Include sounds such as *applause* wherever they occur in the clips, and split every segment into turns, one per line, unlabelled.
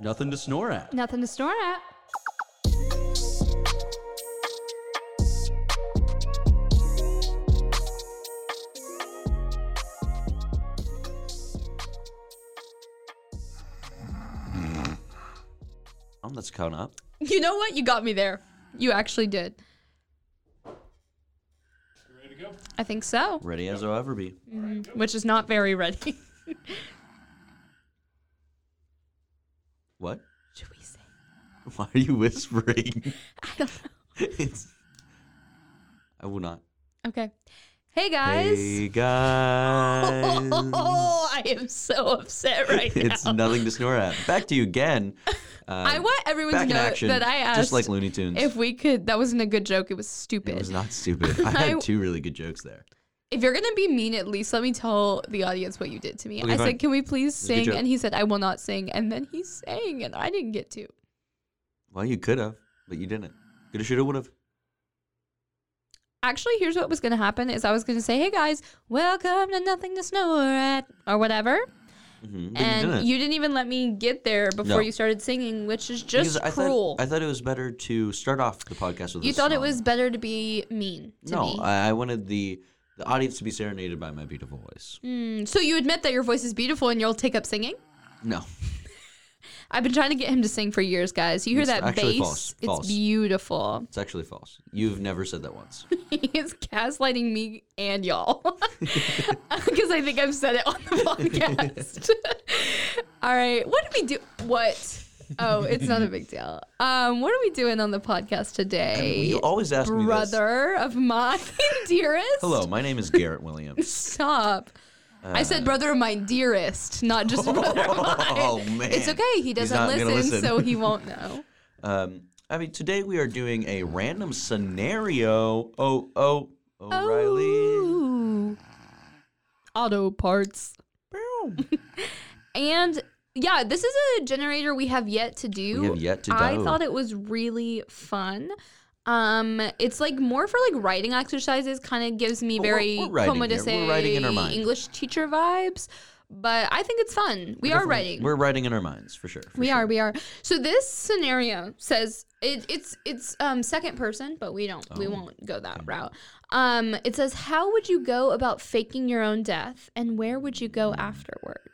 Nothing to snore at.
Nothing to snore at.
Um, that's coming up.
You know what? You got me there. You actually did.
Ready to go?
I think so.
Ready as I'll ever be.
Mm. Which is not very ready. *laughs*
What? *laughs*
Should we say?
Why are you whispering? *laughs*
I don't know.
it's. I will not.
Okay. Hey guys. *laughs*
Hey guys.
Oh, I am so
*laughs*
upset right now.
it's nothing to snore at. Back to you
*laughs*
again. Uh,
I want everyone
back
to
in
know
action,
that I asked
just like Looney Tunes.
if we could. That wasn't a good joke. It was stupid.
it was not stupid. I
I-
had two really good jokes there.
if you're gonna be mean, at least let me tell the audience what you did to me.
Okay,
I
fine.
said, "Can we please
a good
sing?"
joke.
And he said, "I will not sing." And then he sang, and I didn't get to.
Well, you could have, but you didn't. Could have, should have, would have.
Actually, here's what was gonna happen: is I was gonna say, "Hey guys, welcome to Nothing to Snore at," or whatever,
Mm-hmm, but
and
you didn't.
even let me get there
No.
before you started singing, which is
Because
just
I
cruel.
Thought, I thought it was better to start off the podcast with.
you
a
thought it
song.
was better to be mean to
no.
me.
I, I wanted the the audience to be serenaded by my beautiful voice.
Mm, so you admit that your voice is beautiful, and you'll take up singing.
No,
I've been trying to get him to sing for years, guys. You hear
It's
that
actually
bass?
false.
It's
False.
beautiful.
it's actually false. You've never said that once.
He's gaslighting me and y'all *laughs* because I think I've said it on the podcast. *laughs* All right, what did we do? What? Oh, it's not a big deal. Um, what are we doing on the podcast today,
you always ask me this.
brother of mine, *laughs* dearest?
Hello, my name is Garrett Williams. *laughs*
*laughs* Stop. I said brother of mine, dearest,
*laughs*
not just brother of mine.
Oh, man.
it's okay. He
He's
doesn't
not gonna
listen,
listen.
so he
*laughs*
won't know.
Um, I mean, today we are doing a random scenario. Oh, oh,
Oh.
O'Reilly.
Ooh. Auto parts. And yeah, this is a generator we have yet to do.
We have yet to
I
do.
thought it was really fun. Um, it's like more for like writing exercises. Kind of gives me
But we're-
very
we're writing
como
it.
de
We're writing in our
say,
mind.
English teacher vibes. But I think it's fun. We are
Definitely-
writing.
We're writing in our minds for sure. for
we
sure.
are. We are. So this scenario says it, it's it's um second person, but we don't we
Oh.
won't go that route. Um, it says how would you go about faking your own death, and where would you go afterwards?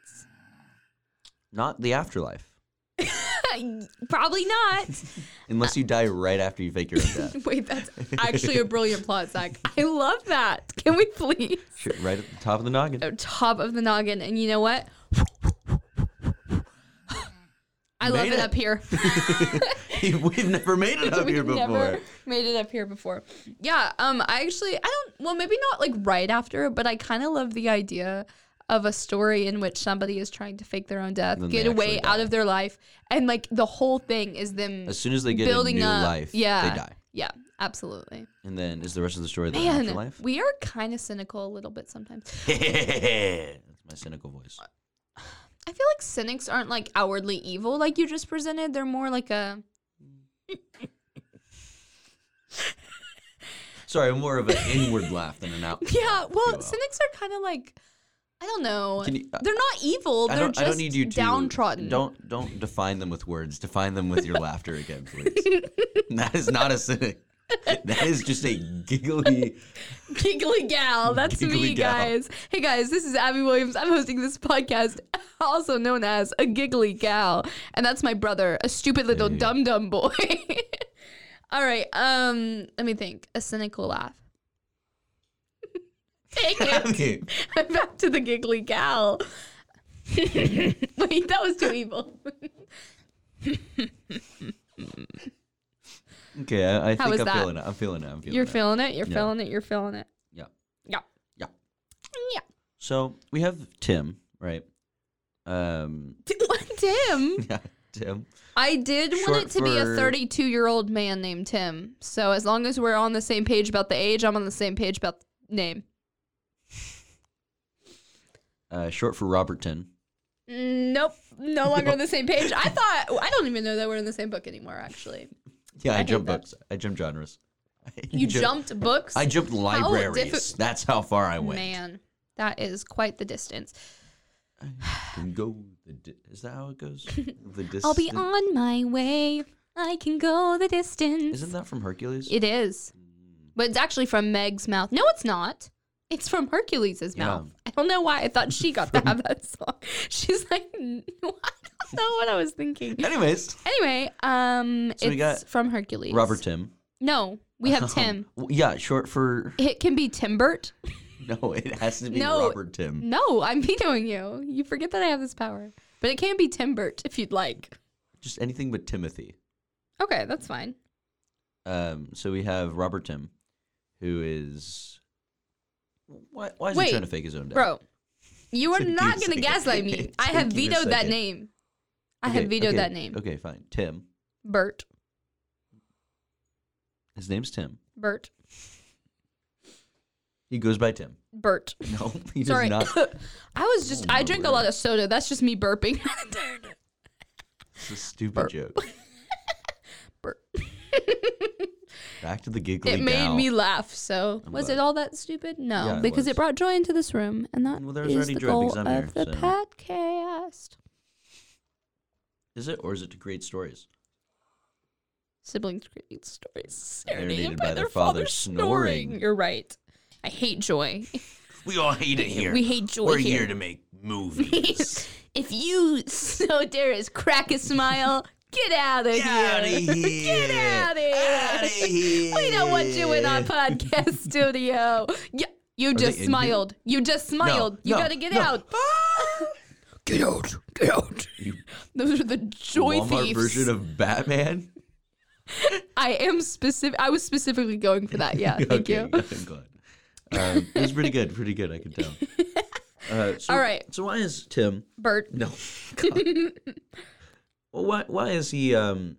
not the afterlife,
*laughs*
*laughs*
Probably not. Uh,
unless you die right after you fake your own
*laughs*
death.
Wait, that's
*laughs*
actually a brilliant plot, Zach. I love that. Can we please?
Shit, right at the top of the noggin.
Oh, Top of the noggin. And you know what? I
*laughs*
love
Made it.
it up here.
*laughs* We've never made it up
We've
here before.
never made it up here before. Yeah. Um. I actually, I don't. Well, maybe not like right after, but I kind of love the idea of a story in which somebody is trying to fake their own death,
Then they
get away
actually
out of their life, and like the whole thing is them
As soon as they get
building
a new
up.
life,
yeah.
they die.
Yeah. Absolutely.
And then is the rest of the story the
Man,
afterlife? *laughs*
we are kind of cynical a little bit sometimes.
That's my cynical voice.
I feel like cynics aren't like outwardly evil like you just presented. They're more like a *laughs*
Sorry, I'm more of an inward laugh than an out.
yeah.
you
Well,
will.
cynics are kind of like I don't know.
Can you- uh,
they're not evil.
I
they're
don't.
just
I don't need you to
downtrodden.
Don't don't define them with words. Define them with your laughter again,
*laughs*
please. that is not a cynic. That is just a
*laughs*
giggly. *laughs*
giggly gal. That's me,
Giggly gal.
guys. Hey guys, this is Abby Williams. I'm hosting this podcast, *laughs* also known as a giggly gal, and that's my brother, a stupid little
Hey.
dum dum boy. *laughs* All right. Um, let me think. A cynical laugh. *laughs* Take it.
*laughs*
I'm back to the giggly gal. Wait, that was too evil.
okay, I, I think
was
I'm
that?
feeling it. I'm feeling it. I'm feeling
You're
it.
feeling it. You're
Yeah.
feeling it. You're feeling it.
Yeah.
Yeah.
Yeah.
Yeah.
So we have Tim, right? Um,
*laughs*
*laughs*
Tim.
yeah, Tim.
I did want
Short
it to be a
for-
32 year old man named Tim. So as long as we're on the same page about the age, I'm on the same page about the name.
Uh, short for Robertson.
Nope. No longer on the same page. I thought, I don't even know that we're in the same book anymore, actually.
Yeah, I,
hate
jump
that.
books. I jump genres. *laughs* I
You
jump-
jumped books?
I jumped libraries.
diffi-
That's how far I went.
Man, that is quite the distance.
Can go the di- is that how it goes? The dis-
*laughs* I'll be
the-
on my way. I can go the distance.
Isn't that from Hercules?
It is. But it's actually from Meg's mouth. No, it's not. It's from Hercules'
Yeah.
mouth. I don't know why I thought she got to have that song. *laughs* She's like, "No, *laughs* I don't know what I was thinking.
Anyways,
Anyway, um,
So we
it's
got
from Hercules.
Robert Tim. Um,
No, we have
*laughs*
Tim.
W- Yeah, short for *laughs*
It can be Timbert.
no. It has to be
No.
Robert Tim.
No, I'm vetoing you. You forget that I have this power. But it can be Timbert if you'd like.
Just anything but Timothy.
Okay, that's fine.
Um, so we have Robert Tim, who is why, why is he
Wait,
trying to fake his own death?
Bro, you are
Took you
not
a *laughs*
going
second.
to gaslight me.
It
I have
took you a
vetoed that
second.
name. I
Okay,
have vetoed
okay,
that name.
Okay, fine. Tim.
Bert.
His name's Tim.
Bert.
He goes by Tim.
Bert.
*laughs* No, he does
Sorry.
not.
*laughs* I was just,
Oh,
I
my
drink a
word.
lot of soda. That's just me burping. *laughs*
It's a stupid
Burp. *laughs*
joke.
Bert.
*laughs* Back to the giggly
It made
gal.
me laugh. So, was
glad.
it all that stupid? No,
Yeah, it
because
was.
it brought joy into this room. And that
Well,
is
there was already
the
joy because
goal
I'm
of
here,
the
so-
podcast.
Is it or is it to create stories?
Siblings create stories
Marinated
serenaded
by their
by, their
father
father snoring.
snoring.
You're right. I hate joy.
We all hate it here.
We hate joy
We're
here.
here to
*laughs*
make movies.
if you so dare is crack a smile, *laughs* get out of
Get out of
here. *laughs*
here.
Get out of here.
Outta here.
*laughs* We don't want you in our
*laughs*
podcast studio. Yeah, you
Eh. they in
just
here?
smiled. You just smiled. you
no,
gotta get
no.
out.
*laughs*
get out. Get out.
You
Those are the joy
Walmart
thieves.
version of Batman.
I am specific. I was specifically going for
*laughs*
that. *laughs* Yeah, thank
okay,
you.
I'm glad. Um, it was pretty good. Pretty good. I can
*laughs*
tell. Uh, so,
All right.
So why is Tim?
Bert.
No. God. well, why? Why is he? Um,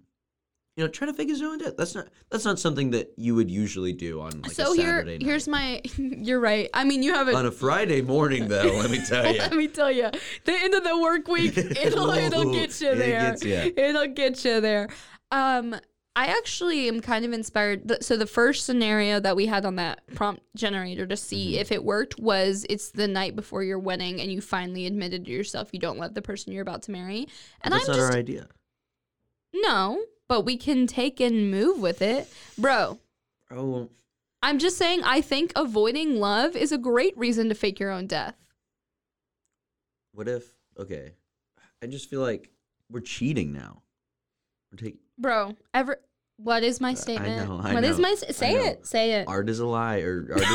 you know, trying to fake his own death. That's not. That's not something that you would usually do on like
*laughs* so
a
here,
Saturday night.
here's my. *laughs* You're right. I mean, you haven't.
on a Friday morning, though. Let me tell you.
*laughs* Let me tell you, the end of the
*laughs*
work week, it'll it'll
Ooh,
get you
it
there.
gets ya.
*laughs* It'll get you there. Um, I actually am kind of inspired. th- So the first scenario that we had on that prompt generator to see
Mm-hmm.
if it worked was it's the night before your wedding and you finally admitted to yourself you don't love the person you're about to marry. And
That's
I'm
not
just
our idea,
no, but we can take and move with it, bro.
bro.
I'm just saying I think avoiding love is a great reason to fake your own death.
What if? Okay, I just feel like we're cheating now. We're
*laughs*
taking
Bro, ever what is my statement?
know,
What
Uh, I know,
is my
I
s- say
know.
it? Say it.
art is a lie, or art is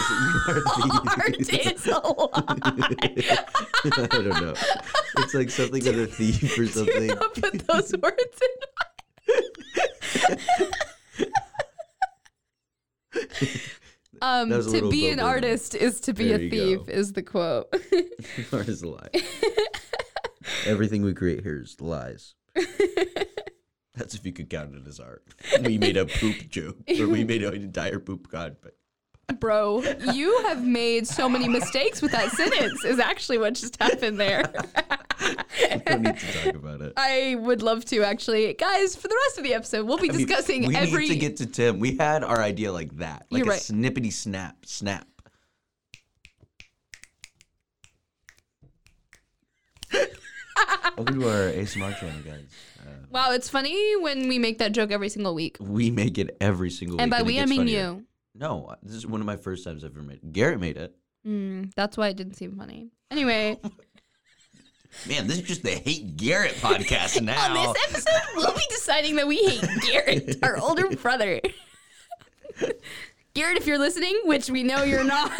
*laughs* art
*laughs* Art is a lie.
*laughs* I don't know. It's like something with a thief
*laughs*
or
Do
something.
not put those words in my
That
*laughs* Um
was a
to
little
be an
Bobo.
artist is to be
There
a
you
thief
go.
is the quote. *laughs*
*laughs* art is a lie. Everything we create here is
*laughs*
lies. That's if you could count it as art. We made a poop joke, or we made an entire poop god, but
Bro, you have made so many mistakes with that sentence is actually what just happened there. *laughs*
we don't need to talk about it.
I would love to actually. Guys, for the rest of the episode, we'll be
I mean,
discussing
we
every
need to get to Tim. We had our idea like that, like
You're
a
right.
snippety snap,
*laughs*
snap. Welcome to our ASMR channel, guys. Uh,
Wow, it's funny when we make that joke every single week.
we make it every single week.
and by
it
we, I
gets
mean
funnier.
you.
No, uh, this is one of my first times I've ever made. Garrett made it.
Mm, that's why it didn't seem funny. Anyway,
*laughs* Man, this is just the Hate Garrett *laughs* podcast
*laughs* on
now.
this episode, we'll be deciding that we hate
*laughs*
Garrett, our older brother. Garrett, if you're listening, which we know you're not,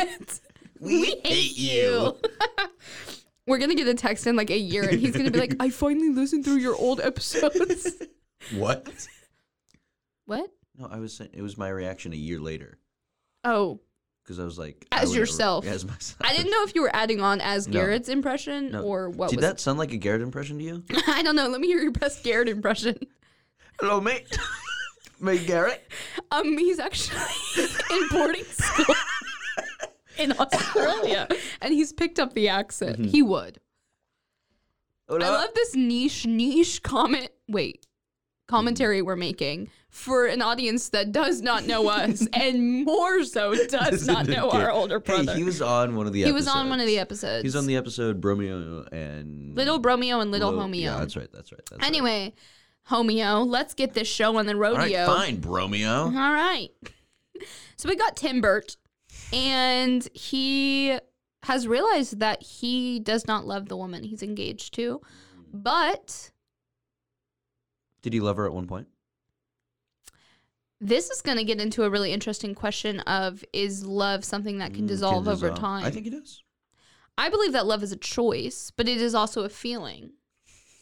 *laughs* we,
*laughs* We're gonna get a text in like a year, and he's gonna be like, "I finally listened through your
*laughs*
old episodes."
you. What?
what?
No, I was saying it was my reaction a year later.
Oh,
because I was like I
As
would never-
yourself.
as myself.
I didn't know if you were adding on as
No.
Garrett's impression
No.
or what
Did
was.
that sound like a Garrett impression to you?
*laughs* I don't know. Let me hear your best Garrett impression.
Hello, mate. *laughs* mate Garrett.
Um, he's actually *laughs* in
*laughs*
boarding school in Australia, and he's picked up the accent.
Mm-hmm.
He would.
Hello.
I love this niche niche comment. Wait, commentary we're making for an audience that does not
*laughs*
know us, and more so does not know our older brother.
Hey, he
he was,
was on one of the. episodes.
on one of the episodes.
He's on the episode Bromeo and
Little Bromeo and Little
Lo-
Homeo.
Yeah, that's right. That's right. That's right.
Anyway, Homeo, let's get this show on the
All right,
rodeo.
fine, Bromeo.
All right. So we got Tim Burt, and he has realized that he does not love the woman he's engaged to, but
Did he love her at one point?
this is going to get into a really interesting question of is love something that can
Mm,
dissolve over
dissolve.
time?
I think he does.
I believe that love is a choice, but it is also a feeling.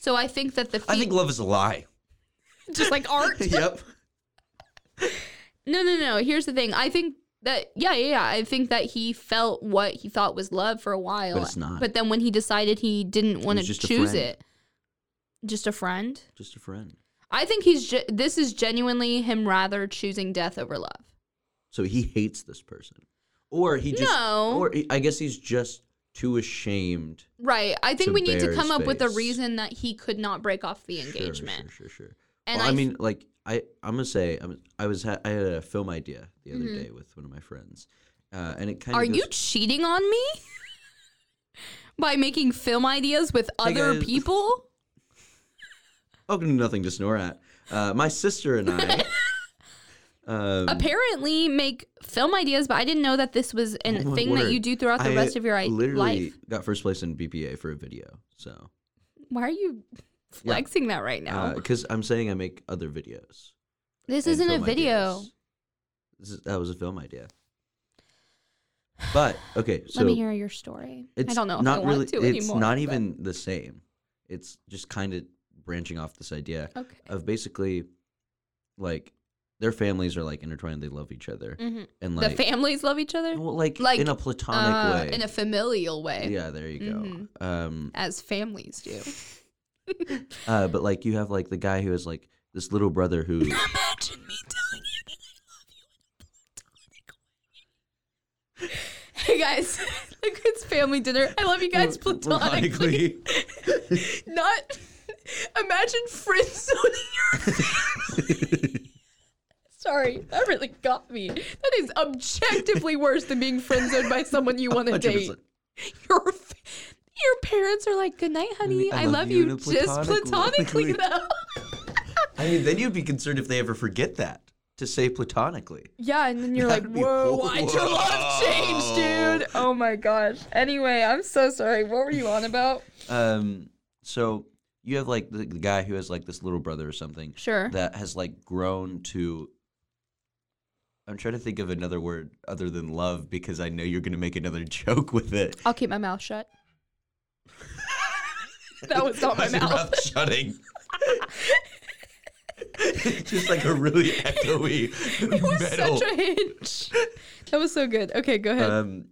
So I think that the fe-
I think love is a lie. *laughs*
just like art.
yep.
No, no, no. Here's the thing. I think that yeah, yeah, yeah. I think that he felt what he thought was love for a while.
But it's not.
But then when he decided he didn't want to
just a
choose
friend.
it, just a friend.
Just a friend.
I think he's ge- this is genuinely him rather choosing death over love.
So he hates this person, or he just,
No.
or he, I guess he's just too ashamed.
Right. I think
To
we need to
bear
come
his
up with a
face.
reason that he could not break off the
Sure,
engagement.
Sure, sure, sure.
And
well, I,
I-
mean, like I, I'm gonna say, I'm, I was, ha- I had a film idea the other
Mhm.
day with one of my friends, uh, and it kind of.
Are you cheating on me? *laughs* By making film ideas with
Hey,
other
guys.
people?
*laughs* Oh, nothing to snore at. Uh, my sister and
*laughs*
I. *laughs* um,
apparently make film ideas, but I didn't know that this was a
Oh my
thing that
word.
you do throughout the
I
rest of your I-
literally
life.
got first place in BPA for a video. So,
Why are you flexing that right now?
because I'm saying I make other videos.
this
Uh, and
isn't a
film
video.
ideas. This is, that was a film idea. But okay, so
*sighs* Let me hear your story.
it's
I don't know if
not
I want
really.
to
it's
anymore.
not
but-
even the same. It's just kind of branching off this idea
Okay.
of basically, like, their families are like intertwined. They love each other,
Mhm.
and like,
the families love each other?
well, like,
like,
in a platonic
Uh,
way.
in a familial way,
yeah, there you go.
Mhm.
Um,
as families do.
uh, but like, you have like the guy who is like this little brother
*laughs*
who
Imagine me telling you that I love you in a platonic way. Hey guys, *laughs* look, it's family dinner. I love
*laughs*
you guys platonically. not imagine friend *laughs* zoning your sorry that really got me that is objectively worse than being friend zoned by someone you want to date
100%.
your f- your parents are like good night honey i, love, you,
in a
just
platonic
platonically
*laughs* way."
though
I mean, then you'd be concerned if they ever forget that to say platonically.
yeah and then you're like
That'd be-
whoa why'd your life change dude
*laughs*
oh my gosh anyway i'm so sorry what were you on about
Um, so you have like the, the guy who has like this little brother or something
sure
that has like grown to. I'm trying to think of another word other than love because I know you're going to make another *laughs* joke with it.
i'll keep my mouth shut *laughs* that was not
*laughs*
my
How's your
mouth *laughs*
shutting. *laughs* It's just like a
*laughs*
really echoey
was
metal.
such a hinge. That was so good. Okay, go ahead.
um,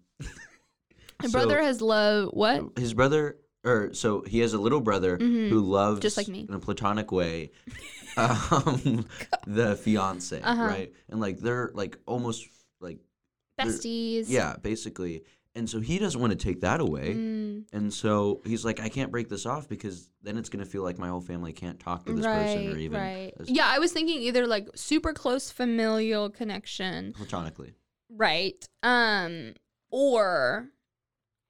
My brother
so-
has love. What?
his brother or so he has a little brother who loves
Mm-hmm. Just like me.
in a platonic
*laughs*
way um the fiance
Uh-huh.
right and like they're like almost like they're-
Besties.
yeah basically and so he doesn't want to take that away
Mm,
and so he's like i can't break this off because then it's going to feel like my whole family can't talk to this person or
right.
even
Right.
as-
Yeah, I was thinking either like super close familial connection,
platonically
right? Um, or,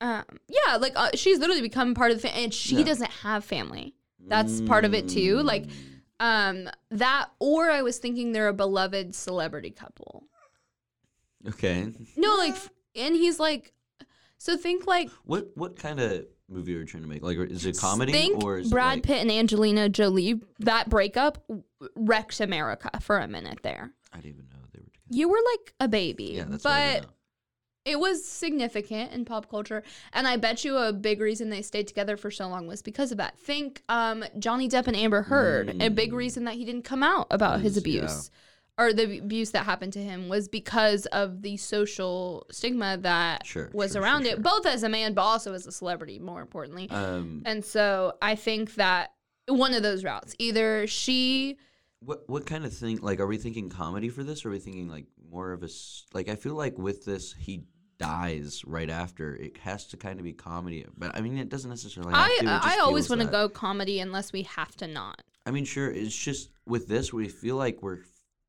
um, yeah, like uh, she's literally become part of the family, and she
Yeah.
doesn't have family. That's part of it too. Like,
Mm.
um, that or I was thinking they're a beloved celebrity couple.
okay
No, like, f- and he's like, so think like
what what kind of movie are you trying to make like is it comedy
Think
or is
Brad
it like,
Pitt and Angelina Jolie that breakup w- wrecked America for a minute there.
i didn't even know they were together
You were like a baby,
yeah that's what I didn't
but
know.
it was significant in pop culture, and I bet you a big reason they stayed together for so long was because of that. Think um, Johnny Depp and Amber Heard, a big
Mm.
reason that he didn't come out about his
Is- yeah.
abuse. or the abuse that happened to him was because of the social stigma that
Sure, sure,
was
sure,
around it,
sure.
both as a man, but also as a celebrity, more importantly.
Um,
and so I think that one of those routes, either she,
what what kind of thing? Like, are we thinking comedy for this? Or are we thinking like more of a s- like? I feel like with this, he dies right after. It has to kind of be comedy, but I mean, it doesn't necessarily. Have to. It
I, I
just
always
feels
want to
that.
go comedy unless we have to not.
I mean, sure. It's just with this, we feel like we're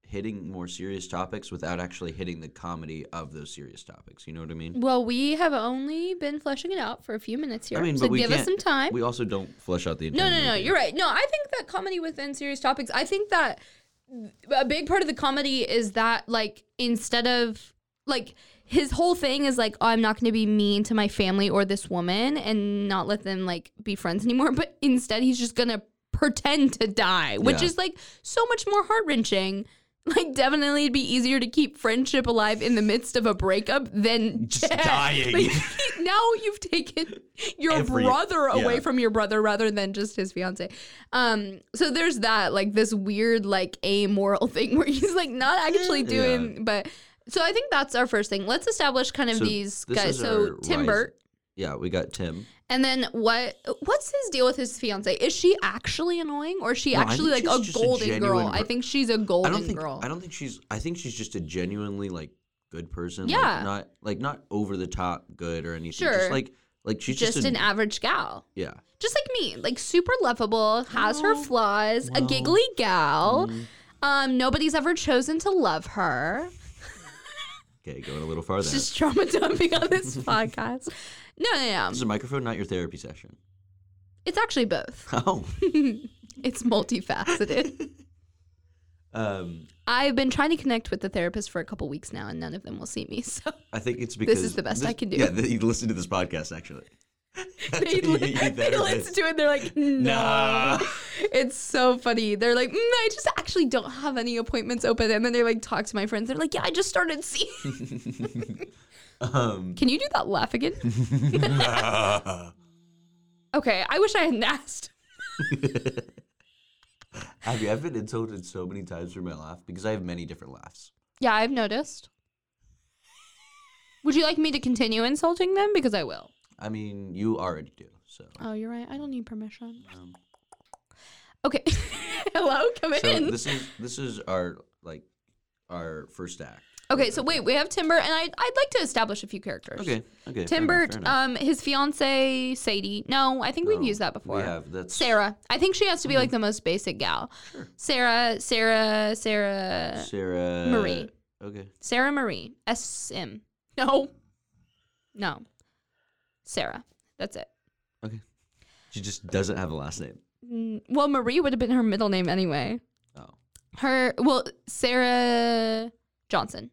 hitting more serious topics without actually hitting the comedy of those serious topics. You know what I mean?
Well, we have only been fleshing it out for a few minutes here,
I mean,
so
but we
give us
can't-
some time.
We also don't flesh out the
No,
entire
no, no.
movie.
You're right. No, I think that comedy within serious topics. I think that a big part of the comedy is that like instead of like his whole thing is like oh, I'm not going to be mean to my family or this woman and not let them like be friends anymore. But instead, he's just gonna pretend to die, which
Yeah.
is like so much more heart wrenching. Like definitely, it'd be easier to keep friendship alive in the midst of a breakup
*laughs*
than
Just
death. *laughs*
dying. *laughs*
Like, now you've taken your
Every-
brother away
yeah.
from your brother rather than just his fiance. Um, so there's that, like this weird, like amoral *laughs* thing where he's like not actually
Mm-hmm. Yeah.
doing, but so I think that's our first thing. Let's establish kind of
So
these
this
guys.
is
So
our
Tim
rise-
Burt,
Yeah, we got Tim.
and then what? What's his deal with his fiance? Is she actually annoying, or is she
No, I
actually like
think
a
she's just a
golden girl?
genuine
I
per-
think she's a
I
golden
don't think
girl.
I don't think she's I think she's just a genuinely like good person.
Yeah.
Like, not like not over the top good or anything.
Sure.
Just like like she's just,
just
a-
an average gal.
yeah.
just like me, like super lovable, has her
Well,
flaws, a
well,
giggly gal. Um, nobody's ever chosen to love her.
Okay, going a little farther.
Just trauma dumping on this podcast. No, no,
this
no.
is a microphone, not your therapy session. *laughs*
It's actually both.
Oh.
It's multifaceted.
um
I've been trying to connect with the therapist for a couple weeks now, and none of them will see me. *laughs* So
I think it's because
is the best I can do.
Yeah, th- you listen to this podcast actually.
*laughs*
*laughs*
they,
You-
li-
you
they
therapist.
listen to it. and They're like, no.
Nah.
It's so funny. They're like, mm, I just actually don't have any appointments open. And then they like talk to my friends. They're like, yeah, I just started seeing.
Um
Can you do that
*laughs*
laugh again? okay, I wish I hadn't asked.
Have you I've been insulted so many times for my laugh because I have many different laughs.
Yeah, I've noticed. Would you like me to continue insulting them? Because I will.
I mean, you already do, so
Oh, you're right. I don't need permission. Okay. *laughs* Hello, come
So
in.
this is this is our like our first act.
okay, so wait, we have Timber, and I, I'd like to establish a few characters.
Okay. Okay.
Timber, um, his fiance Sadie. No, I
Oh,
think we've used that before.
We have that's
Sarah. I think she has to be
Mm-hmm.
like the most basic gal. Sarah, Sarah, Sarah,
Sarah
uh, Marie.
Okay.
Sarah Marie. S M. No. No. Sarah. That's it.
Okay. She just doesn't have a last name.
Mm, Well, Marie would have been her middle name anyway.
Oh.
Her well, Sarah Johnson.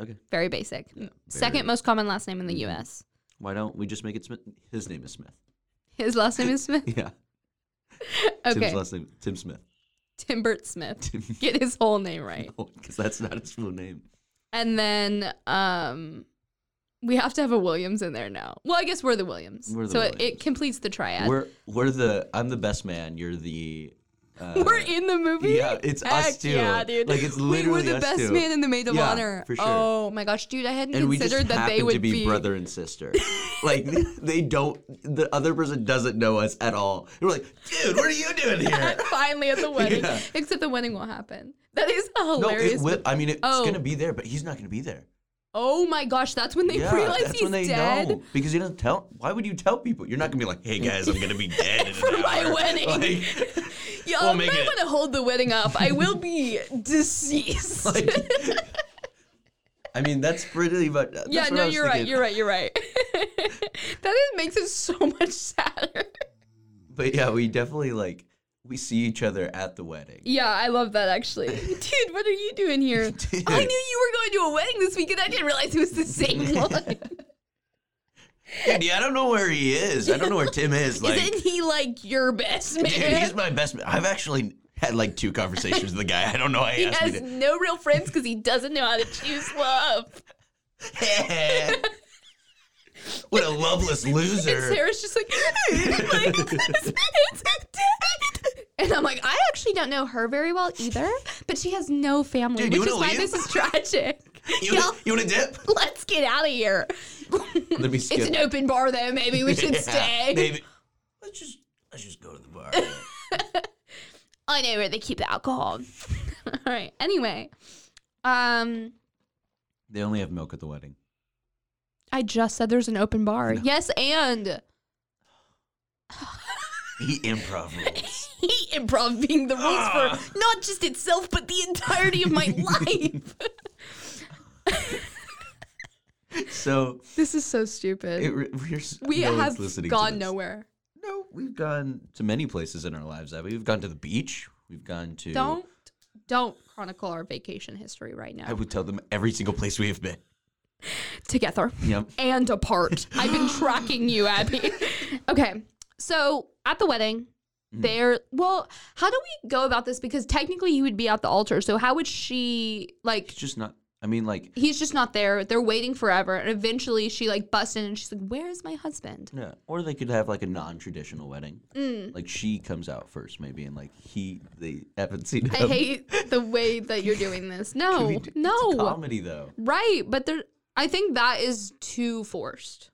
Okay.
Very basic.
Yeah,
Mm, Second
very- Mm.
most common last name in the U.S.
Why don't we just make it Smith? His name is Smith. *laughs*
His last name is Smith.
Yeah. *laughs*
Okay,
Tim's last name Tim Smith. *laughs*
Timbert Smith. Get his whole name right.
Because that's not his full name.
And then um we have to have a Williams in there now. Well, I guess we're the Williams.
We're the
so It, it
Williams.
completes the triad. We're,
We're we're the I'm the best man. You're the. Uh,
*laughs* in the movie.
yeah, it's
Heck
us too.
Yeah, dude.
Like it's
we
literally
were the
us
best
two.
man in the maid of
Yeah,
honor.
for sure.
Oh my gosh, dude, I hadn't
and we
considered
just
that
happen
they would
to be, brother and sister. like they don't, the other person doesn't know us at all. And we're like, dude, what are you doing
*laughs*
here?
*laughs*
*laughs*
finally at the wedding.
Yeah.
Except the wedding won't happen. That is a
no,
hilarious.
it will. I mean, it's
Oh.
gonna be there, but he's not gonna be there.
oh my gosh, that's when they
yeah,
realize
that's
he's
when they
dead.
know because you don't tell. Why would you tell people? You're not gonna be like, hey guys, I'm gonna be
*laughs*
dead in
For
an
my
*laughs* hour."
wedding.
Like,
Y'all
We'll
might
make it.
want to hold the wedding up. I will
*laughs*
be deceased.
like- I mean, that's pretty much. That's
yeah,
what I
no,
was
you're right.
thinking.
You're right. You're right. *laughs* that is, makes it so much sadder.
But yeah, we definitely like we see each other at the wedding.
Yeah, I love
*laughs*
that actually. Dude, what are you doing here?
Dude.
I knew you were going to a wedding this weekend. I didn't realize it was
*laughs*
the same one.
Dude, yeah, I don't know where he is. I don't know where Tim
*laughs*
is. Like,
Isn't he like your best man?
Dude, he's my best. Man. I've actually had like two conversations with the guy. I don't know. why
He
He asked
has
me
no real friends because he doesn't know how to choose
*laughs*
love.
to. *laughs* what a loveless
And
loser.
Sarah's just like, *laughs* like, it's dead. And I'm like, I actually don't know her very well either, But she has no family,
Dude, you
which is
wanna
why
leave?
this is tragic.
*laughs* You,
Y'all,
wanna, you wanna dip?
let's get out
*laughs*
of here.
Let me skip.
It's an open bar, though. Maybe *laughs* we should
Yeah,
stay.
Maybe. Let's just let's just go to the bar.
I know where they keep the alcohol. *laughs* All right. Anyway, um,
*laughs* they only have milk at the wedding.
I just said there's an open bar. Yes, and *laughs*
He improv rules.
he improv being the rules for not just itself, but the entirety of *laughs* my life.
*laughs* So
This is so stupid.
it, re- we're s-
we
no one's
have
listening to
gone
this.
nowhere.
No, we've gone to many places in our lives. Abby. We've gone to the beach. We've gone to.
Don't don't chronicle our vacation history right now.
I would tell them every single place we have been.
Together.
Yep. *laughs*
and apart. I've been tracking you, Abby. Okay. So at the wedding,
Mm.
there, well, how do we go about this? Because technically he would be at the altar. So how would she, like,
It's just not. I mean, like,
he's just not there. They're waiting forever. And eventually she, like, busts in and she's like, Where's my husband?
yeah. Or they could have like a non-traditional wedding.
Mm.
Like she comes out first, maybe, and like he, they haven't seen
I
him.
hate the way that you're doing this.
Can we
No,
do- it's a
no.
comedy
*laughs*
though.
Right. But there, I think that is too forced.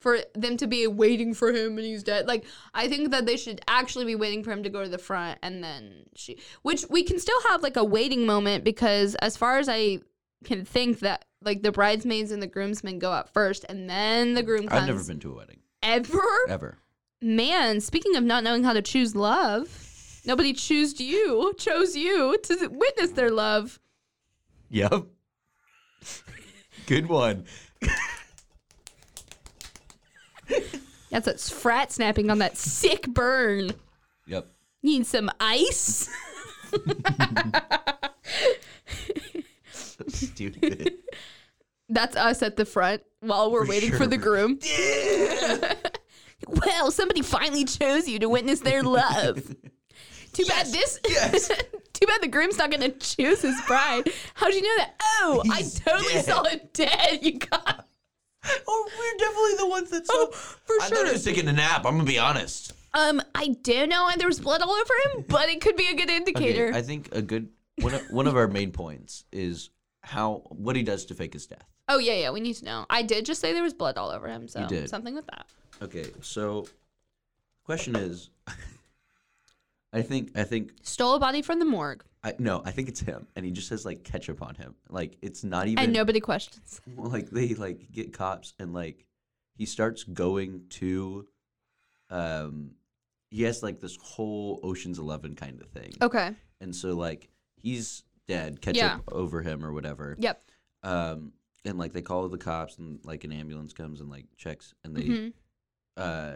For them to be waiting for him and he's dead. Like, I think that they should actually be waiting for him to go to the front and then she, which we can still have like a waiting moment because as far as I can think that like the bridesmaids and the groomsmen go up first and then the groom comes.
I've never been to a wedding
Ever?
ever.
Man, speaking of not knowing how to choose love, nobody choosed you, *laughs* chose you to witness their love.
Yep. Good one.
That's that frat snapping on that sick burn.
Yep.
Need some ice?
So stupid.
That's us at the front while we're waiting for the groom. well, somebody finally chose you to witness their love. Too bad this. *laughs* too bad the groom's not going to choose his bride. How'd you know that? Oh,
He's
I totally
dead.
saw it dead. You got.
*laughs* oh, we're definitely the ones that saw.
Oh, for
I
sure.
thought I was taking a nap. I'm gonna be honest.
Um, I don't know why there was blood all over him, but it could be a good indicator.
I think a good one. Of, one of our main points is how what he does to fake his death.
oh yeah, yeah, we need to know. I did just say there was blood all over him, so
did.
something with that.
Okay, so the question is, *laughs* I think I think
Stole a body from the morgue,
I no, I think it's him, and he just has like ketchup on him. Like it's not even
and nobody questions.
Well, *laughs* like they like get cops and like he starts going to um he has like this whole oceans 11 kind of thing
Okay.
and so like he's dead catch
Oh. Yeah.
up over him or whatever
Yep.
um and like they call the cops and like an ambulance comes and like checks and they
Mhm.
uh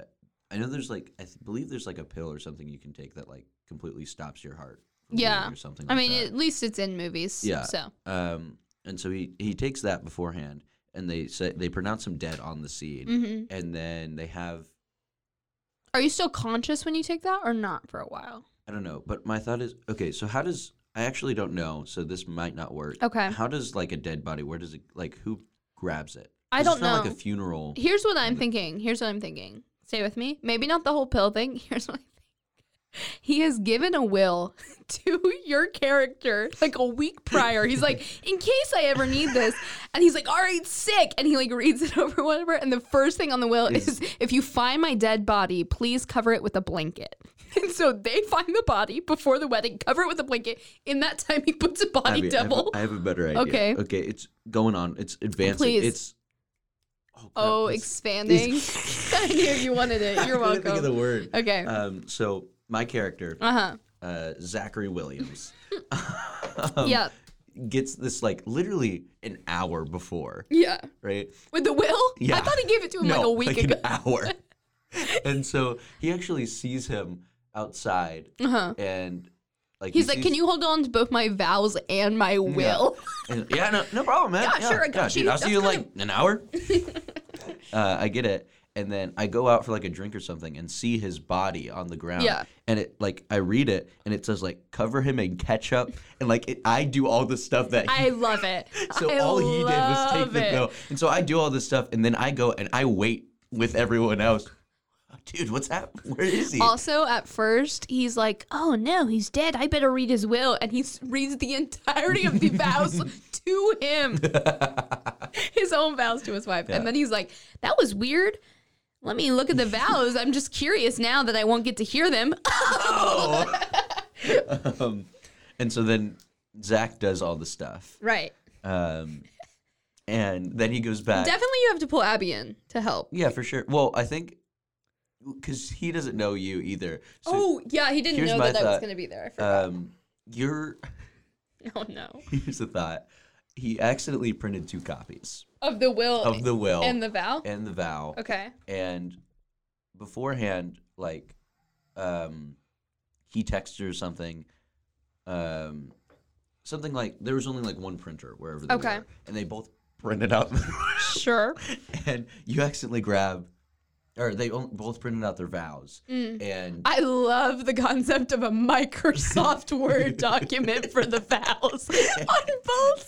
i know there's like i th- believe there's like a pill or something you can take that like completely stops your heart from beating
Yeah.
or something
I
like
mean,
that.
at least it's in movies.
Yeah.
So
Um, and so he, he takes that beforehand, and they say they pronounce him dead on the scene,
Mhm.
and then they have
are you still conscious when you take that, or not for a while?
I don't know, but my thought is okay. So how does I actually don't know, so this might not work.
Okay.
How does like a dead body? Where does it like who grabs it?
I
'Cause
don't
it's not Like
know.
a funeral.
Here's what
Mm-hmm.
I'm thinking. Here's what I'm thinking. Stay with me. Maybe not the whole pill thing. *laughs* Here's what I think. He has given a will *laughs* to your character like a week prior.
*laughs*
He's like, in case I ever need this. And he's like, all right, sick. And he like reads it *laughs* over, whatever. And the first thing on the will is, if you find my dead body, please cover it with a blanket. *laughs* And so they find the body before the wedding, cover it with a blanket. In that time, he puts a
I,
body
mean, I have,
double.
a- I have a better idea.
Okay.
Okay. It's going on. It's advancing.
Please.
It's. crap,
oh,
it's-
expanding. *laughs* I knew you wanted it. You're
*laughs* I couldn't Think of the
welcome.
word.
Okay.
Um. So my character,
Uh huh.
uh, Zachary
*laughs*
Williams. *laughs* Um,
yep.
gets this like literally an hour before,
Yeah.
right?
With the will? I
Yeah.
thought he gave it to him
no,
like a week
an
ago.
*laughs*
*laughs*
hour. and so he actually sees him outside,
Uh-huh.
and like he
He's like,
sees-
can you hold on to both my vows and my will?
*laughs* And- yeah, no, no problem, man.
Yeah, sure, I got
dude,
you.
I'll see
That's
you in
kind
like an
*laughs*
hour. uh, I get it. And then I go out for like a drink or something and see his body on the ground.
Yeah.
And it like I read it and it says like cover him in ketchup and like it, I do all the stuff that he
*laughs* I love it.
*laughs* So
I
all he did was
love
take the
it.
pill. And so I do all this stuff and then I go and I wait with everyone else dude, what's happening? Where is he?
Also, at first, he's like, "Oh no, he's dead. I better read his will," and he s- reads the entirety of
*laughs*
the vows to him, his own vows to his wife, and then he's like, "That was weird. Let me look at the vows. I'm just curious now that I won't get to
*laughs*
hear them."
*laughs* Oh. um, and so then Zach does all the stuff.
*laughs* right.
Um, and then he goes back.
Definitely, you have to pull Abby in to help.
yeah, for sure. Well, I think because he doesn't know you either. So,
Oh yeah, he didn't
here's
know
my
that that was
thought.
going to be there. I forgot.
um, you're. *laughs*
oh no,
Here's the thought. He accidentally printed two copies
of the will
of the will
and the vow.
and the vow.
okay.
and beforehand like um he texted her something um something like there was only like one printer wherever they
Okay.
were, and they both printed out *laughs*
Sure.
and you accidentally grab or they on- both printed out their vows and
I love the concept of
*laughs*
a Microsoft Word document for the vows on both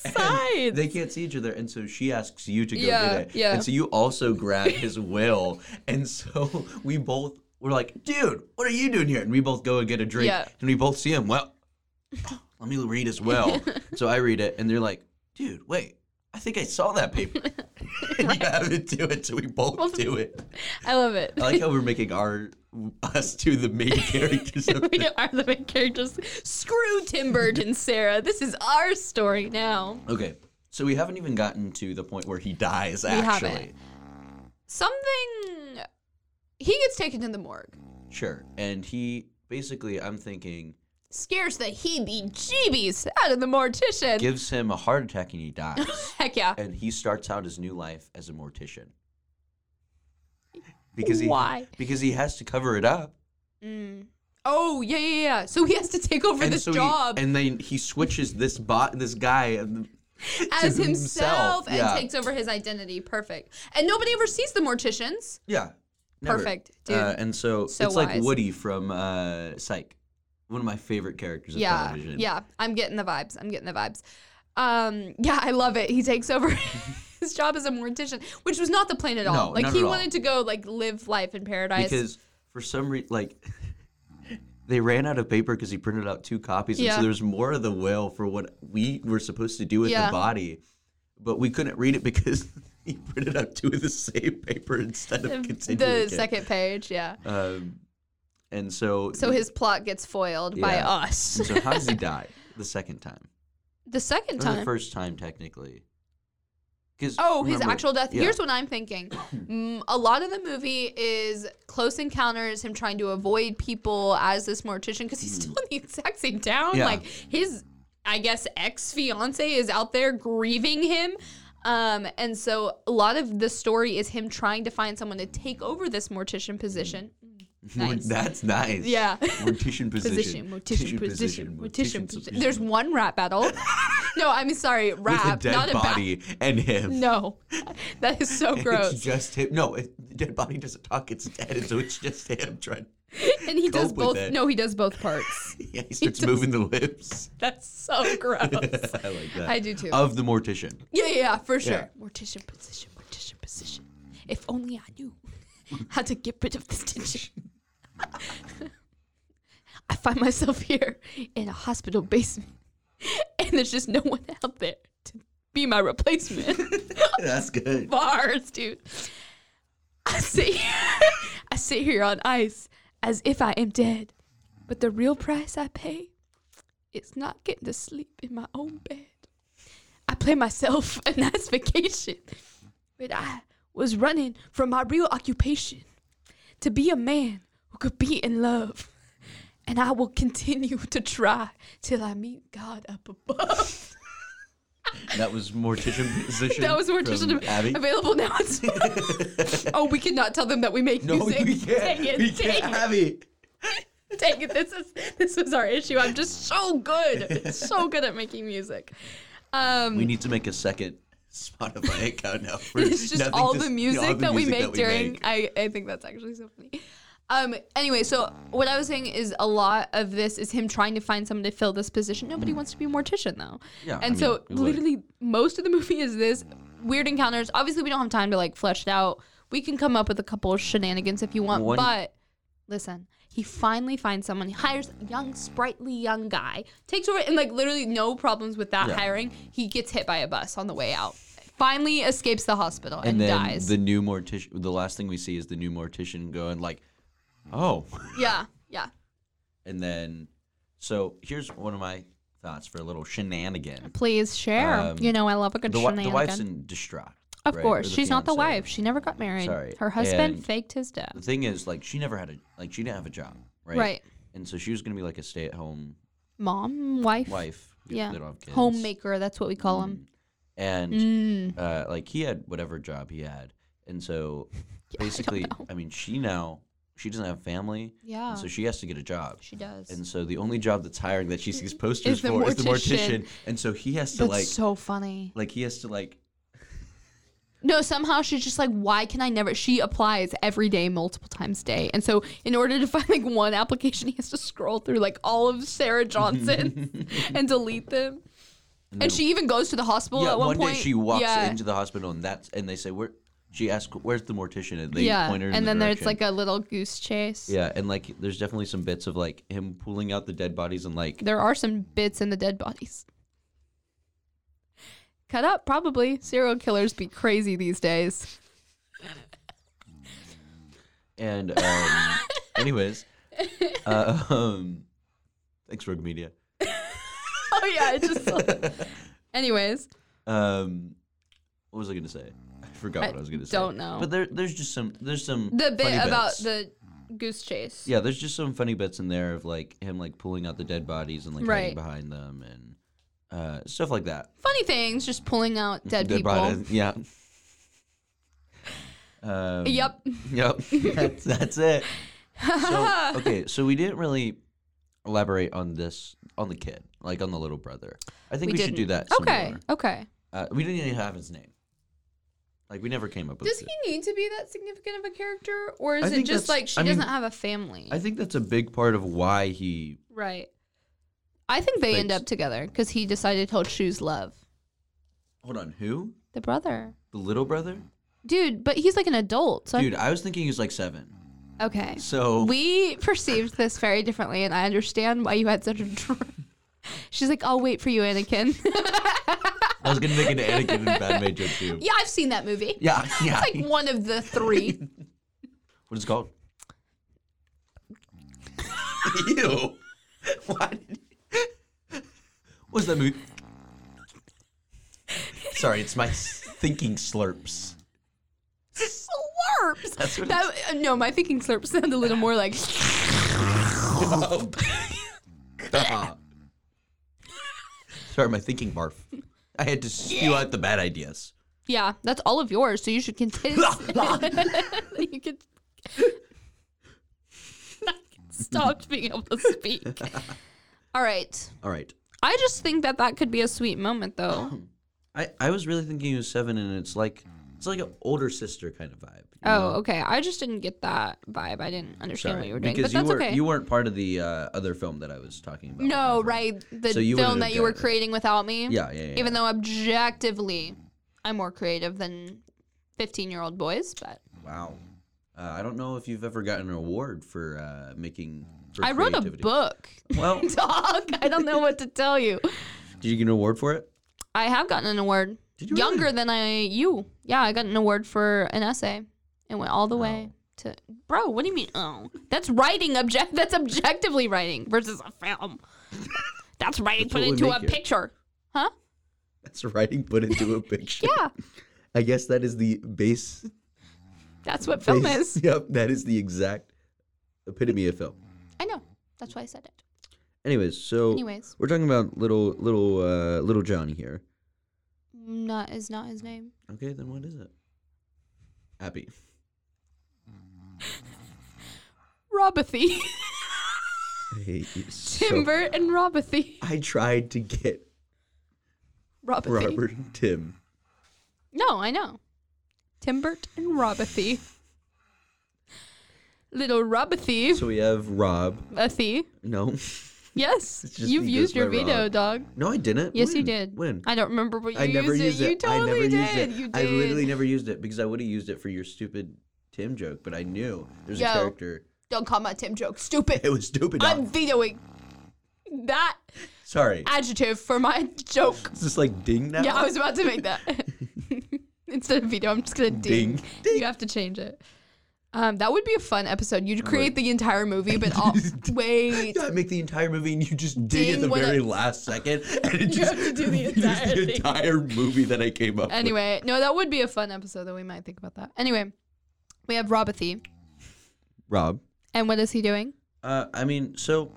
*laughs*
sides.
they can't see each other and so she asks you to go
Yeah,
get it
yeah.
and so you also grab his will and so we both were like dude what are you doing here and we both go and get a drink
Yeah.
and we both see him well let me read as
*laughs*
well so i read it and they're like dude wait i think i saw that
*laughs*
paper and you haven't do it so we both do it
I love it. *laughs*
i like how we're making our us two the main characters of
we
this.
are the main characters. Screw
*laughs*
Tim Burton, Sarah. This is our story now.
okay so we haven't even gotten to the point where he dies
haven't.
actually
Something. He gets taken to the morgue.
Sure. And he basically, I'm thinking,
Scares the heebie jeebies out of the mortician.
gives him a heart attack and he
*laughs*
dies.
Heck yeah.
and he starts out his new life as a mortician. Because he
Why?
because he has to cover it up.
Oh, yeah, yeah, yeah. So he has to take over
and
this
so
job.
he, and then he switches this bot this guy and-
as
to
himself, and
yeah.
takes over his identity. Perfect. And nobody ever sees the morticians.
Yeah. Never.
Perfect, dude.
Uh, and so,
So
it's like
wise.
Woody from uh, Psych. One of my favorite characters of
Yeah.
television.
Yeah. I'm getting the vibes. I'm getting the vibes. Um, yeah, I love it. He takes over *laughs* his job as a mortician, which was not the plan at all.
No,
like
not
he
at all.
wanted to go like live life in paradise.
because for some reason, like *laughs* they ran out of paper because he printed out two copies, and
Yeah.
so there's more of the will for what we were supposed to do with
Yeah.
the body, but we couldn't read it because *laughs* he printed out two of the same paper instead of
*laughs* the
continuing. it.
second page, yeah.
um, and so
So his plot gets foiled by
Yeah.
us. *laughs*
and so how does he die the second time?
The second
Or the
time.
first time technically. Because
Oh, his actual death. Here's what I'm thinking.
*clears throat*
Mm, a lot of the movie is close encounters, him trying to avoid people as this mortician because he's still in the *laughs* exact same town.
Mm. Yeah.
Like his, I guess, ex fiance is out there grieving him. Um, and so a lot of the story is him trying to find someone to take over this mortician
Mm.
position. Nice.
*laughs* That's nice.
Yeah. *laughs*
Mortician
Position,
position.
mortician, position, mortician, position.
There's
There's one
*laughs*
rap battle. no, I'm sorry,
with a
rap,
dead
not a battle.
body and him.
No, *laughs* that is so gross.
*laughs* It's just him. No, it, the dead body doesn't talk. It's dead, and so it's just him trying.
*laughs* And he does
cope with
both.
it.
No, he does both parts.
Yeah, he starts moving the lips.
*laughs* That's
*laughs*
so gross.
I like that.
I do too.
Of the
*laughs*
mortician.
yeah, yeah, yeah, for sure.
Yeah.
Mortician position, mortician position. If only I knew *laughs* how to get rid of this tension. *laughs* I find myself here in a hospital basement, *laughs* and there's just no one out there to be my replacement.
That's good.
*laughs* bars, dude. I sit here, *laughs* I sit here on ice as if I am dead, but the real price I pay is not getting to sleep in my own bed. I play myself *laughs* a nice vacation, but I was running from my real occupation to be a man who could be in love. And I will continue to try till I meet God up above.
*laughs*
*laughs*
That was mortician position.
That was more
from
traditional.
Abby.
Available now. on Spotify.
*laughs*
oh, we cannot tell them that we make
No,
music.
we can't.
Dang it,
we
dang
can't. Abby.
it, dang it. This is this was our issue. I'm just so good, so good at making music. Um,
We need to make a second Spotify account now. For
*laughs* it's just
nothing
all
to-
the music
all
that we
music
make during.
make.
I I think that's actually so funny. Um. Anyway, so what I was saying is a lot of this is him trying to find someone to fill this position. Nobody wants to be a mortician
Mm.
though.
Yeah, I
And so
mean, who would?
literally most of the movie is this weird encounters. Obviously, we don't have time to like flesh it out. We can come up with a couple of shenanigans if you want,
One-
but listen, he finally finds someone. He hires a young, sprightly young guy, takes over, and like literally no problems with that
Yeah.
hiring. He gets hit by a bus on the way out. Finally escapes the hospital and,
and then
dies.
the new mortician. The last thing we see is the new mortician going like, "Oh,"
yeah, yeah.
and then so here's one of my thoughts for a little shenanigan.
Please share.
Um,
you know, I love a good
The, wi-
shenanigan.
the wife's in distraught.
of
right? Or
course,
the
she's not the
fiancé.
wife. She never got married.
Sorry.
Her husband
And-
faked his death.
The thing is, like, she never had a like. She didn't have a job, right?
Right.
And so she was gonna be like a stay-at-home
Mom, wife,
wife. They-
yeah,
They don't have kids.
homemaker. That's what we call him.
And
Mm.
uh, like he had whatever job he had, and
*laughs*
so basically, I, mean, she now she doesn't have family,
Yeah,
and so she has to get a job.
she does.
And so the only job that's hiring that she sees posters
the
for is the
mortician.
mortician, and so he has to
That's
like,
so funny.
like he has to like,
No, somehow she's just like, why can I never? She applies every day, multiple times a day, and so in order to *laughs* find like one application, he has to scroll through like all of Sarah
*laughs*
Johnson and delete them. And, she even goes to the hospital
yeah.
at one,
One
point.
day she walks
yeah.
into the hospital, and that's and they say where she asks where's the mortician, and they
yeah,
point her. In
and
the
then there's
direction.
like a little goose chase.
Yeah, and like there's definitely some bits of like him pulling out the dead bodies and like
There are some bits in the dead bodies. Cut up, probably. Serial killers be crazy these days. *laughs*
and
*laughs*
um anyways. Uh, um thanks Rogue Media.
Oh yeah, I just.
*laughs*
Anyways,
Um what was I gonna say? I forgot
I
what I was gonna say.
don't know.
But there there's just some there's some
the bit
funny
about
bits.
the goose chase.
Yeah, there's just some funny bits in there of like him like pulling out the dead bodies and like hiding
Right.
behind them and uh stuff like that.
Funny things, just pulling out dead, people.
bodies, *laughs* yeah. Um,
Yep.
Yep. *laughs* that's, that's it.
*laughs*
So, okay, so we didn't really elaborate on this on the kid, like on the little brother. I think we, should do that.
didn't.
some
Okay.
more.
Okay.
Uh, we didn't even have his name. Like we never came up with.
Does
it.
he need to be that significant of a character, or
I
is it
think
just
that's-
like she
I mean,
doesn't have a family?
I think that's a big part of why he.
right. I think they end
Thanks.
up together because he decided he'll choose love.
Hold on, who?
The brother,
The little brother?
dude, but he's like an adult. So I-
Dude, I was thinking he was like seven.
okay.
So
We *laughs* perceived this very differently, and I understand why you had such a. Dr- *laughs* She's like, I'll wait for you, Anakin. *laughs*
I was gonna make an Anakin and Bad Major too.
*laughs* yeah, I've seen that movie.
Yeah, yeah.
It's like one of the three.
*laughs* What is it *laughs* called? Ew. Why did What's that movie? Sorry, it's my s- thinking slurps.
Slurps.
That's what
That- uh, no, my thinking slurps sound a little more like.
Oh, *laughs* Uh-huh. Sorry, my thinking barf. I had to spew out the bad *laughs* ideas.
Yeah, that's all of yours. So you
*laughs*
should continue. *laughs* you *laughs* could. Stopped being able
*laughs*
to speak. All right.
All right.
I just think that that could be a sweet
*gasps*
moment, though.
I, I was really thinking it was seven, and it's like it's like an older sister kind of vibe. you know?
Oh, okay. I just didn't get that vibe. I didn't understand what you were doing,
because
but that's
you were
okay.
you weren't part of the uh, other film that I was talking about.
No,
remember?
right. The
So you
film
wouldn't
that
have
you were
done it.
creating without me.
Yeah, yeah, yeah.
Even though objectively, I'm more creative than 15 year old boys, but
Wow. Uh, I don't know if you've ever gotten an award for uh, making. For
I wrote a
creativity.
book. *laughs*
Well, did
Dog, I don't know what to tell you.
you get an award for it?
I have gotten an award.
Did you
Younger
really?
than I, you. Yeah, I got an award for an essay. It went all the way
Oh.
to. Bro, what do you mean? Oh, that's writing. Object. *laughs* That's objectively writing versus a film. *laughs* That's writing
That's
put
what would
into a
make it.
picture. Huh?
That's writing put into a picture.
Yeah,
I guess that is the base.
that's what film
base- *laughs*
is.
Yep, that is the exact epitome of film.
I know. That's why I said it.
Anyways, so
Anyways.
we're talking about little little uh, little Johnny here.
Not is not his name.
Okay, then what is it? Happy.
Robothy. *laughs*
I hate you so-
Timber and Robothy.
I tried to get
Robothy.
Robert and Tim.
No, I know. Timbert and Robothy. Little Robothy.
So we have Rob.
Athy.
No. *laughs*
Yes.
It's just
You've
he
used
goes
your
by
veto,
Rob.
dog.
No, I didn't.
Yes, you
When?
did.
When?
I never remember what you
I never
used,
used
it. You
I
totally
never used
did.
it.
You did.
I literally never used it because I would have used it for your stupid Tim joke, but I knew there's
Yo.
a character.
Don't call my Tim
*laughs*
joke stupid.
It was stupid.
I'm vetoing that
Sorry.
adjective for my joke.
It's just like ding now.
Yeah, I was about to make that. *laughs* Instead of veto, I'm just gonna ding.
Ding.
You have to change it. Um, that would be a fun episode. You'd create the
*laughs*
entire movie, but all, wait.
Yeah, I make the entire movie and you just ding
Ding
at the
when
very
I-
last
*laughs*
second. And it
You
just,
have
*laughs*
to do the
it's
entire
the
thing.
entire movie that I came up with.
Anyway, no, that would be a fun episode though. We might think about that. Anyway, we have Robathy.
Rob.
And what is he doing?
Uh, I mean, so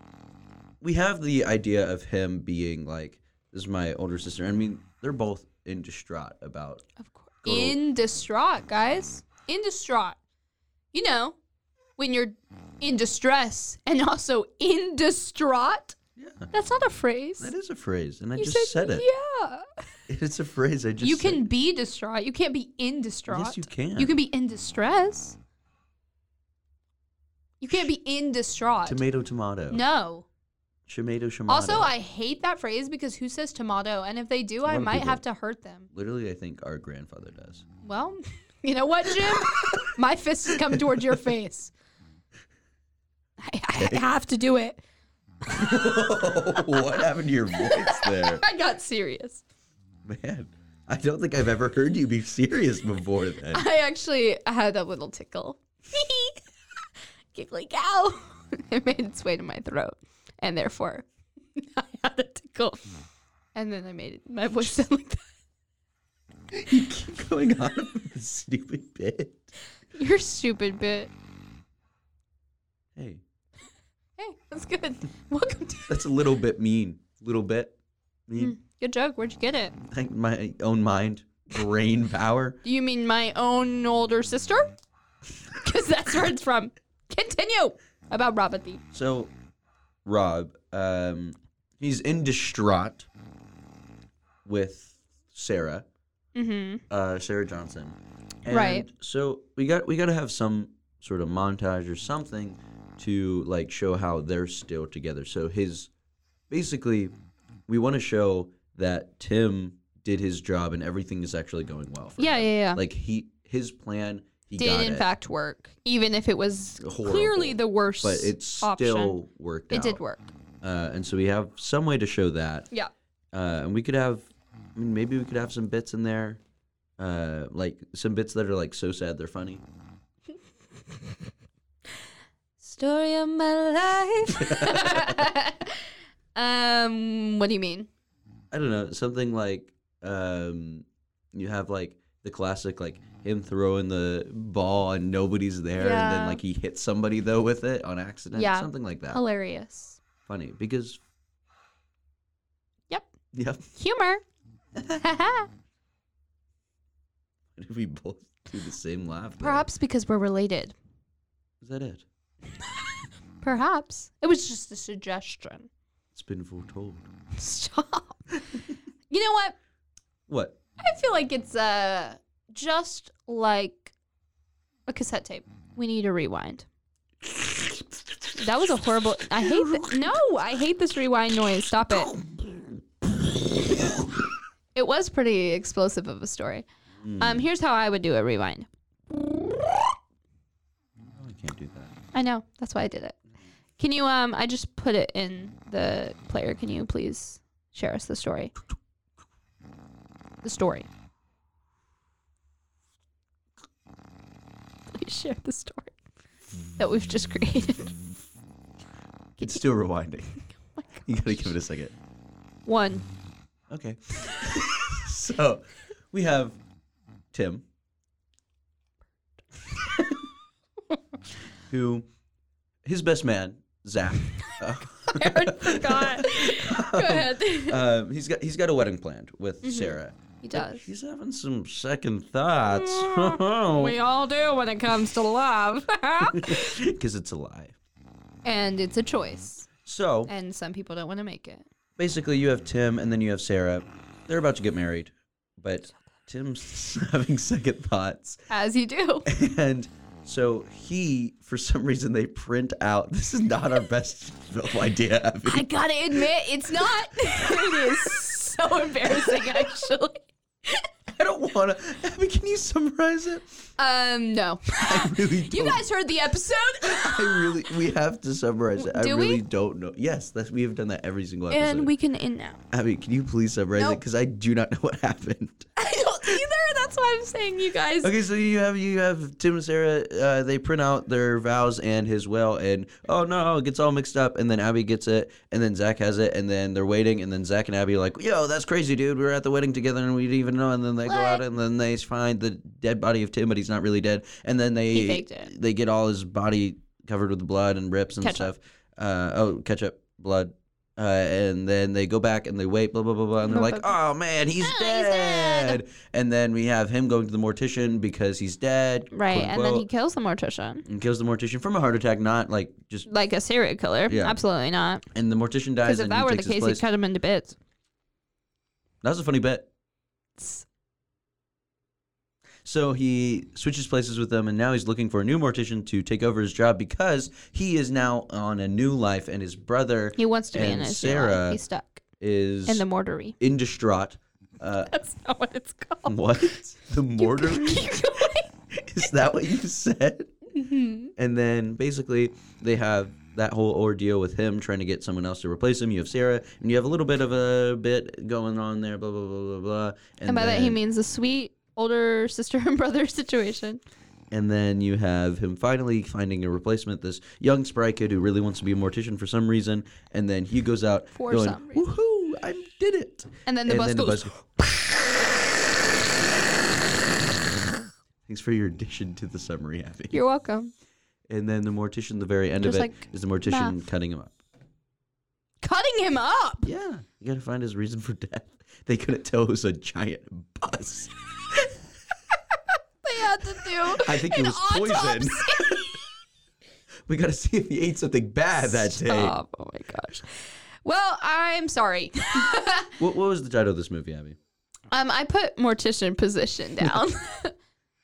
we have the idea of him being like, this is my older sister. I mean, they're both in distraught about.
Of course. In distraught, guys. In distraught. You know, when you're in distress and also in distraught.
Yeah,
That's not a phrase.
that is a phrase, and I
you
just said, it.
Yeah.
*laughs* It's a phrase. I just
you
said
can be distraught. You can't be in distraught.
Yes, you can.
You can be in distress. You can't be in distraught.
Tomato, tomato.
No.
Tomato, shamato.
Also, I hate that phrase because who says tomato? And if they do,
a
I
lot of
might
people.
have to hurt them.
Literally, I think our grandfather does. *laughs*
Well, *laughs* you know what, Jim? My fist is coming towards your face. I, I have to do it.
what happened to your voice there?
I got serious.
Man, I don't think I've ever heard you be serious before then.
*laughs* I actually had a little tickle. *laughs* Giggly cow. *laughs* It made its way to my throat, and therefore, *laughs* I had a tickle. And then I made it, my voice sound like that. *laughs*
you keep going on with this stupid bit.
You're stupid, bit.
Hey,
Hey, that's good. Welcome to.
that's a little bit mean. Little bit mean.
Good joke. Where'd you get it?
Like my own mind, brain power.
Do you mean my own older sister? *laughs* Because that's where it's from. Continue about Robothy.
So, Rob, um, he's in distraught with Sarah,
Mm-hmm.
uh, Sarah Johnson.
Right.
So we got we got to have some sort of montage or something to like show how they're still together. So his basically, we want to show that Tim did his job and everything is actually going well. For
Yeah,
him.
yeah, yeah.
Like he his plan, he
Did
got
in
it,
fact work, even if it was clearly
Horrible.
the worst.
but it still
option.
worked.
it
out.
did work.
uh, and so we have some way to show that,
Yeah.
uh, and we could have, I mean, maybe we could have some bits in there, uh, like some bits that are like so sad they're funny.
Story of my life.
*laughs*
um, what do you mean?
I don't know, something like um, you have like the classic like him throwing the ball and nobody's there, and
Yeah.
then like he hits somebody though with it on accident,
Yeah.
something like that.
Hilarious.
Funny because, *laughs*
Yep.
yeah, *laughs*
Humor.
we both do the same laugh. there.
*laughs* Perhaps because we're related.
is that it?
Perhaps it was just a suggestion. *laughs*
It's been foretold.
Stop. you know what?
What?
I feel like it's uh just like a cassette tape. We need a rewind. That was a horrible. I hate. Th- no, I hate this rewind noise. Stop it. It was pretty explosive of a story. Um, here's how I would do a rewind.
Oh, I can't do that.
I know. That's why I did it. Can you um? I just put it in the player. Can you please share us the story? The story. *laughs* Please share the story that we've just created. *laughs*
It's still rewinding.
Oh
*laughs* you gotta give it a second.
One.
Okay. *laughs* so we have Tim, who his best man Zach. uh,
I forgot. *laughs* Go ahead.
um, he's got he's got a wedding planned with Sarah.
He
But
does.
He's having some second thoughts *laughs*
We all do when it comes to love. *laughs*
because it's a lie.
and it's a choice.
So
And some people don't want to make it.
basically, you have Tim and then you have Sarah. They're about to get married, but Tim's *laughs* having second thoughts.
As you do.
*laughs* And so he, for some reason, they print out. This is not our best film idea. Abby.
I gotta *laughs* admit, it's not. it is so embarrassing, actually. I
I don't want to. Abby, can you summarize it?
Um, no.
I really don't.
you guys heard the episode.
I really. We have to summarize it. I
Do we?
really don't know. Yes, that's, we have done that every single episode.
and we can end now.
Abby, can you please summarize it?
Nope.
Because I do not know what happened.
I don't either. That's why I'm saying you guys.
Okay, so you have you have Tim and Sarah. Uh, they print out their vows and his will, and oh no, it gets all mixed up. And then Abby gets it, and then Zach has it, and then they're waiting, and then Zach and Abby are like, "Yo, that's crazy, dude. We were at the wedding together, and we didn't even know." And then they go
What?
out, and then they find the dead body of Tim, but he's not really dead. And then they
He faked it.
they get all his body covered with blood and rips and
Ketchup.
stuff. Uh, oh, ketchup, blood. Uh, and then they go back and they wait, blah blah blah blah, and they're like, "Oh man, he's
Ah, he's
dead!"
dead.
And then we have him going to the mortician because he's dead,
Right,
quote,
and then he
unquote,
kills the mortician.
and kills the mortician from a heart attack, not like just.
Like a serial killer.
Yeah.
Absolutely not.
And the mortician
Because
dies,
if
and
that
he
were the
takes his
case, he'd
place.
cut him into bits.
That was a funny bet. So he switches places with them, and now he's looking for a new mortician to take over his job because he is now on a new life, and his brother
He wants to be
And
in his
Sarah-
Sarah. He's stuck
is
in the mortuary.
in distraught.
*laughs*
Uh,
That's not what it's called.
what? The
*laughs*
mortar? *laughs* Is that what you said?
Mm-hmm.
And then basically they have that whole ordeal with him trying to get someone else to replace him. You have Sarah, and you have a little bit of a bit going on there. Blah blah blah blah blah. And,
and by that he
then-
means the sweet older sister and brother *laughs* situation.
And then you have him finally finding a replacement. This young spry kid who really wants to be a mortician for some reason. And then he goes out
For
going,
some reason.
"Woohoo! I did it!"
And then the bus goes.
Thanks for your addition to the summary, Abby.
You're welcome.
and then the mortician, the very end of
Just
it, is
like
the mortician
math.
cutting him up.
Cutting him up.
Yeah, you gotta find his reason for death. *laughs* They couldn't tell it was a giant bus.
They had to do.
*laughs* I think it
an
was poison.
autopsy.
*laughs* we gotta see if he ate something bad that day.
Stop. Oh my gosh. Well, I'm sorry.
What, what was the title of this movie, Abby?
um, I put
*laughs*
mortician position down,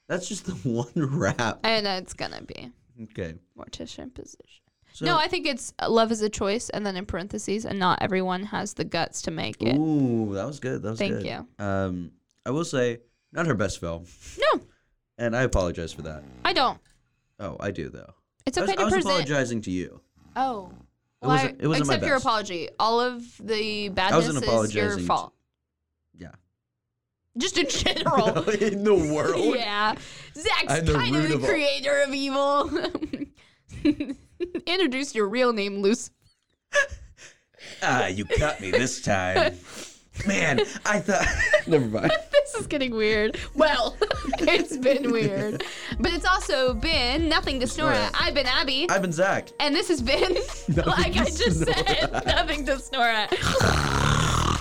That's just the *laughs* one rap.
and it's gonna be
Okay.
mortician position.
So,
no, I think it's uh, love is a choice, and then in parentheses, and not everyone has the guts to make it.
Ooh, that was good. That was
Thank
good.
you.
Um, I will say, not her best film,
No,
and I apologize for that.
I don't.
Oh, I do though.
It's
I was,
okay
I
to
was
present.
apologizing to you.
Oh.
It
Well,
wasn't-
I-
it wasn't my
except your
best.
apology. All of the badness
wasn't
is your
apologizing.
fault.
Yeah.
Just
*laughs*
in general.
In the world.
Oh. *laughs* yeah. Zach's
I'm the
kind of
root
the
of all-
creator of evil. *laughs* Introduce your real name, Lucifer.
Ah, you cut me this *laughs* time. Man, I thought. *laughs* Never mind.
This is getting weird. Well, *laughs* it's been weird. But it's also been nothing to snore at. I've been Abby.
I've been Zach.
and this
*laughs*
has been, *laughs* like
to
I just
snore
said, nothing to snore at. *coughs*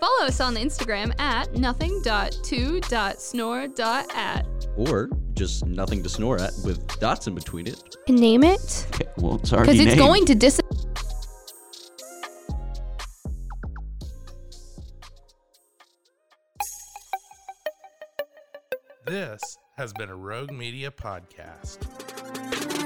Follow us on Instagram at nothing.2.snore.at.
Or just nothing to snore at with dots in between it.
Name it?
Okay, well, it's already
Because it's
named.
going to dis.
This has been a Rogue Media podcast.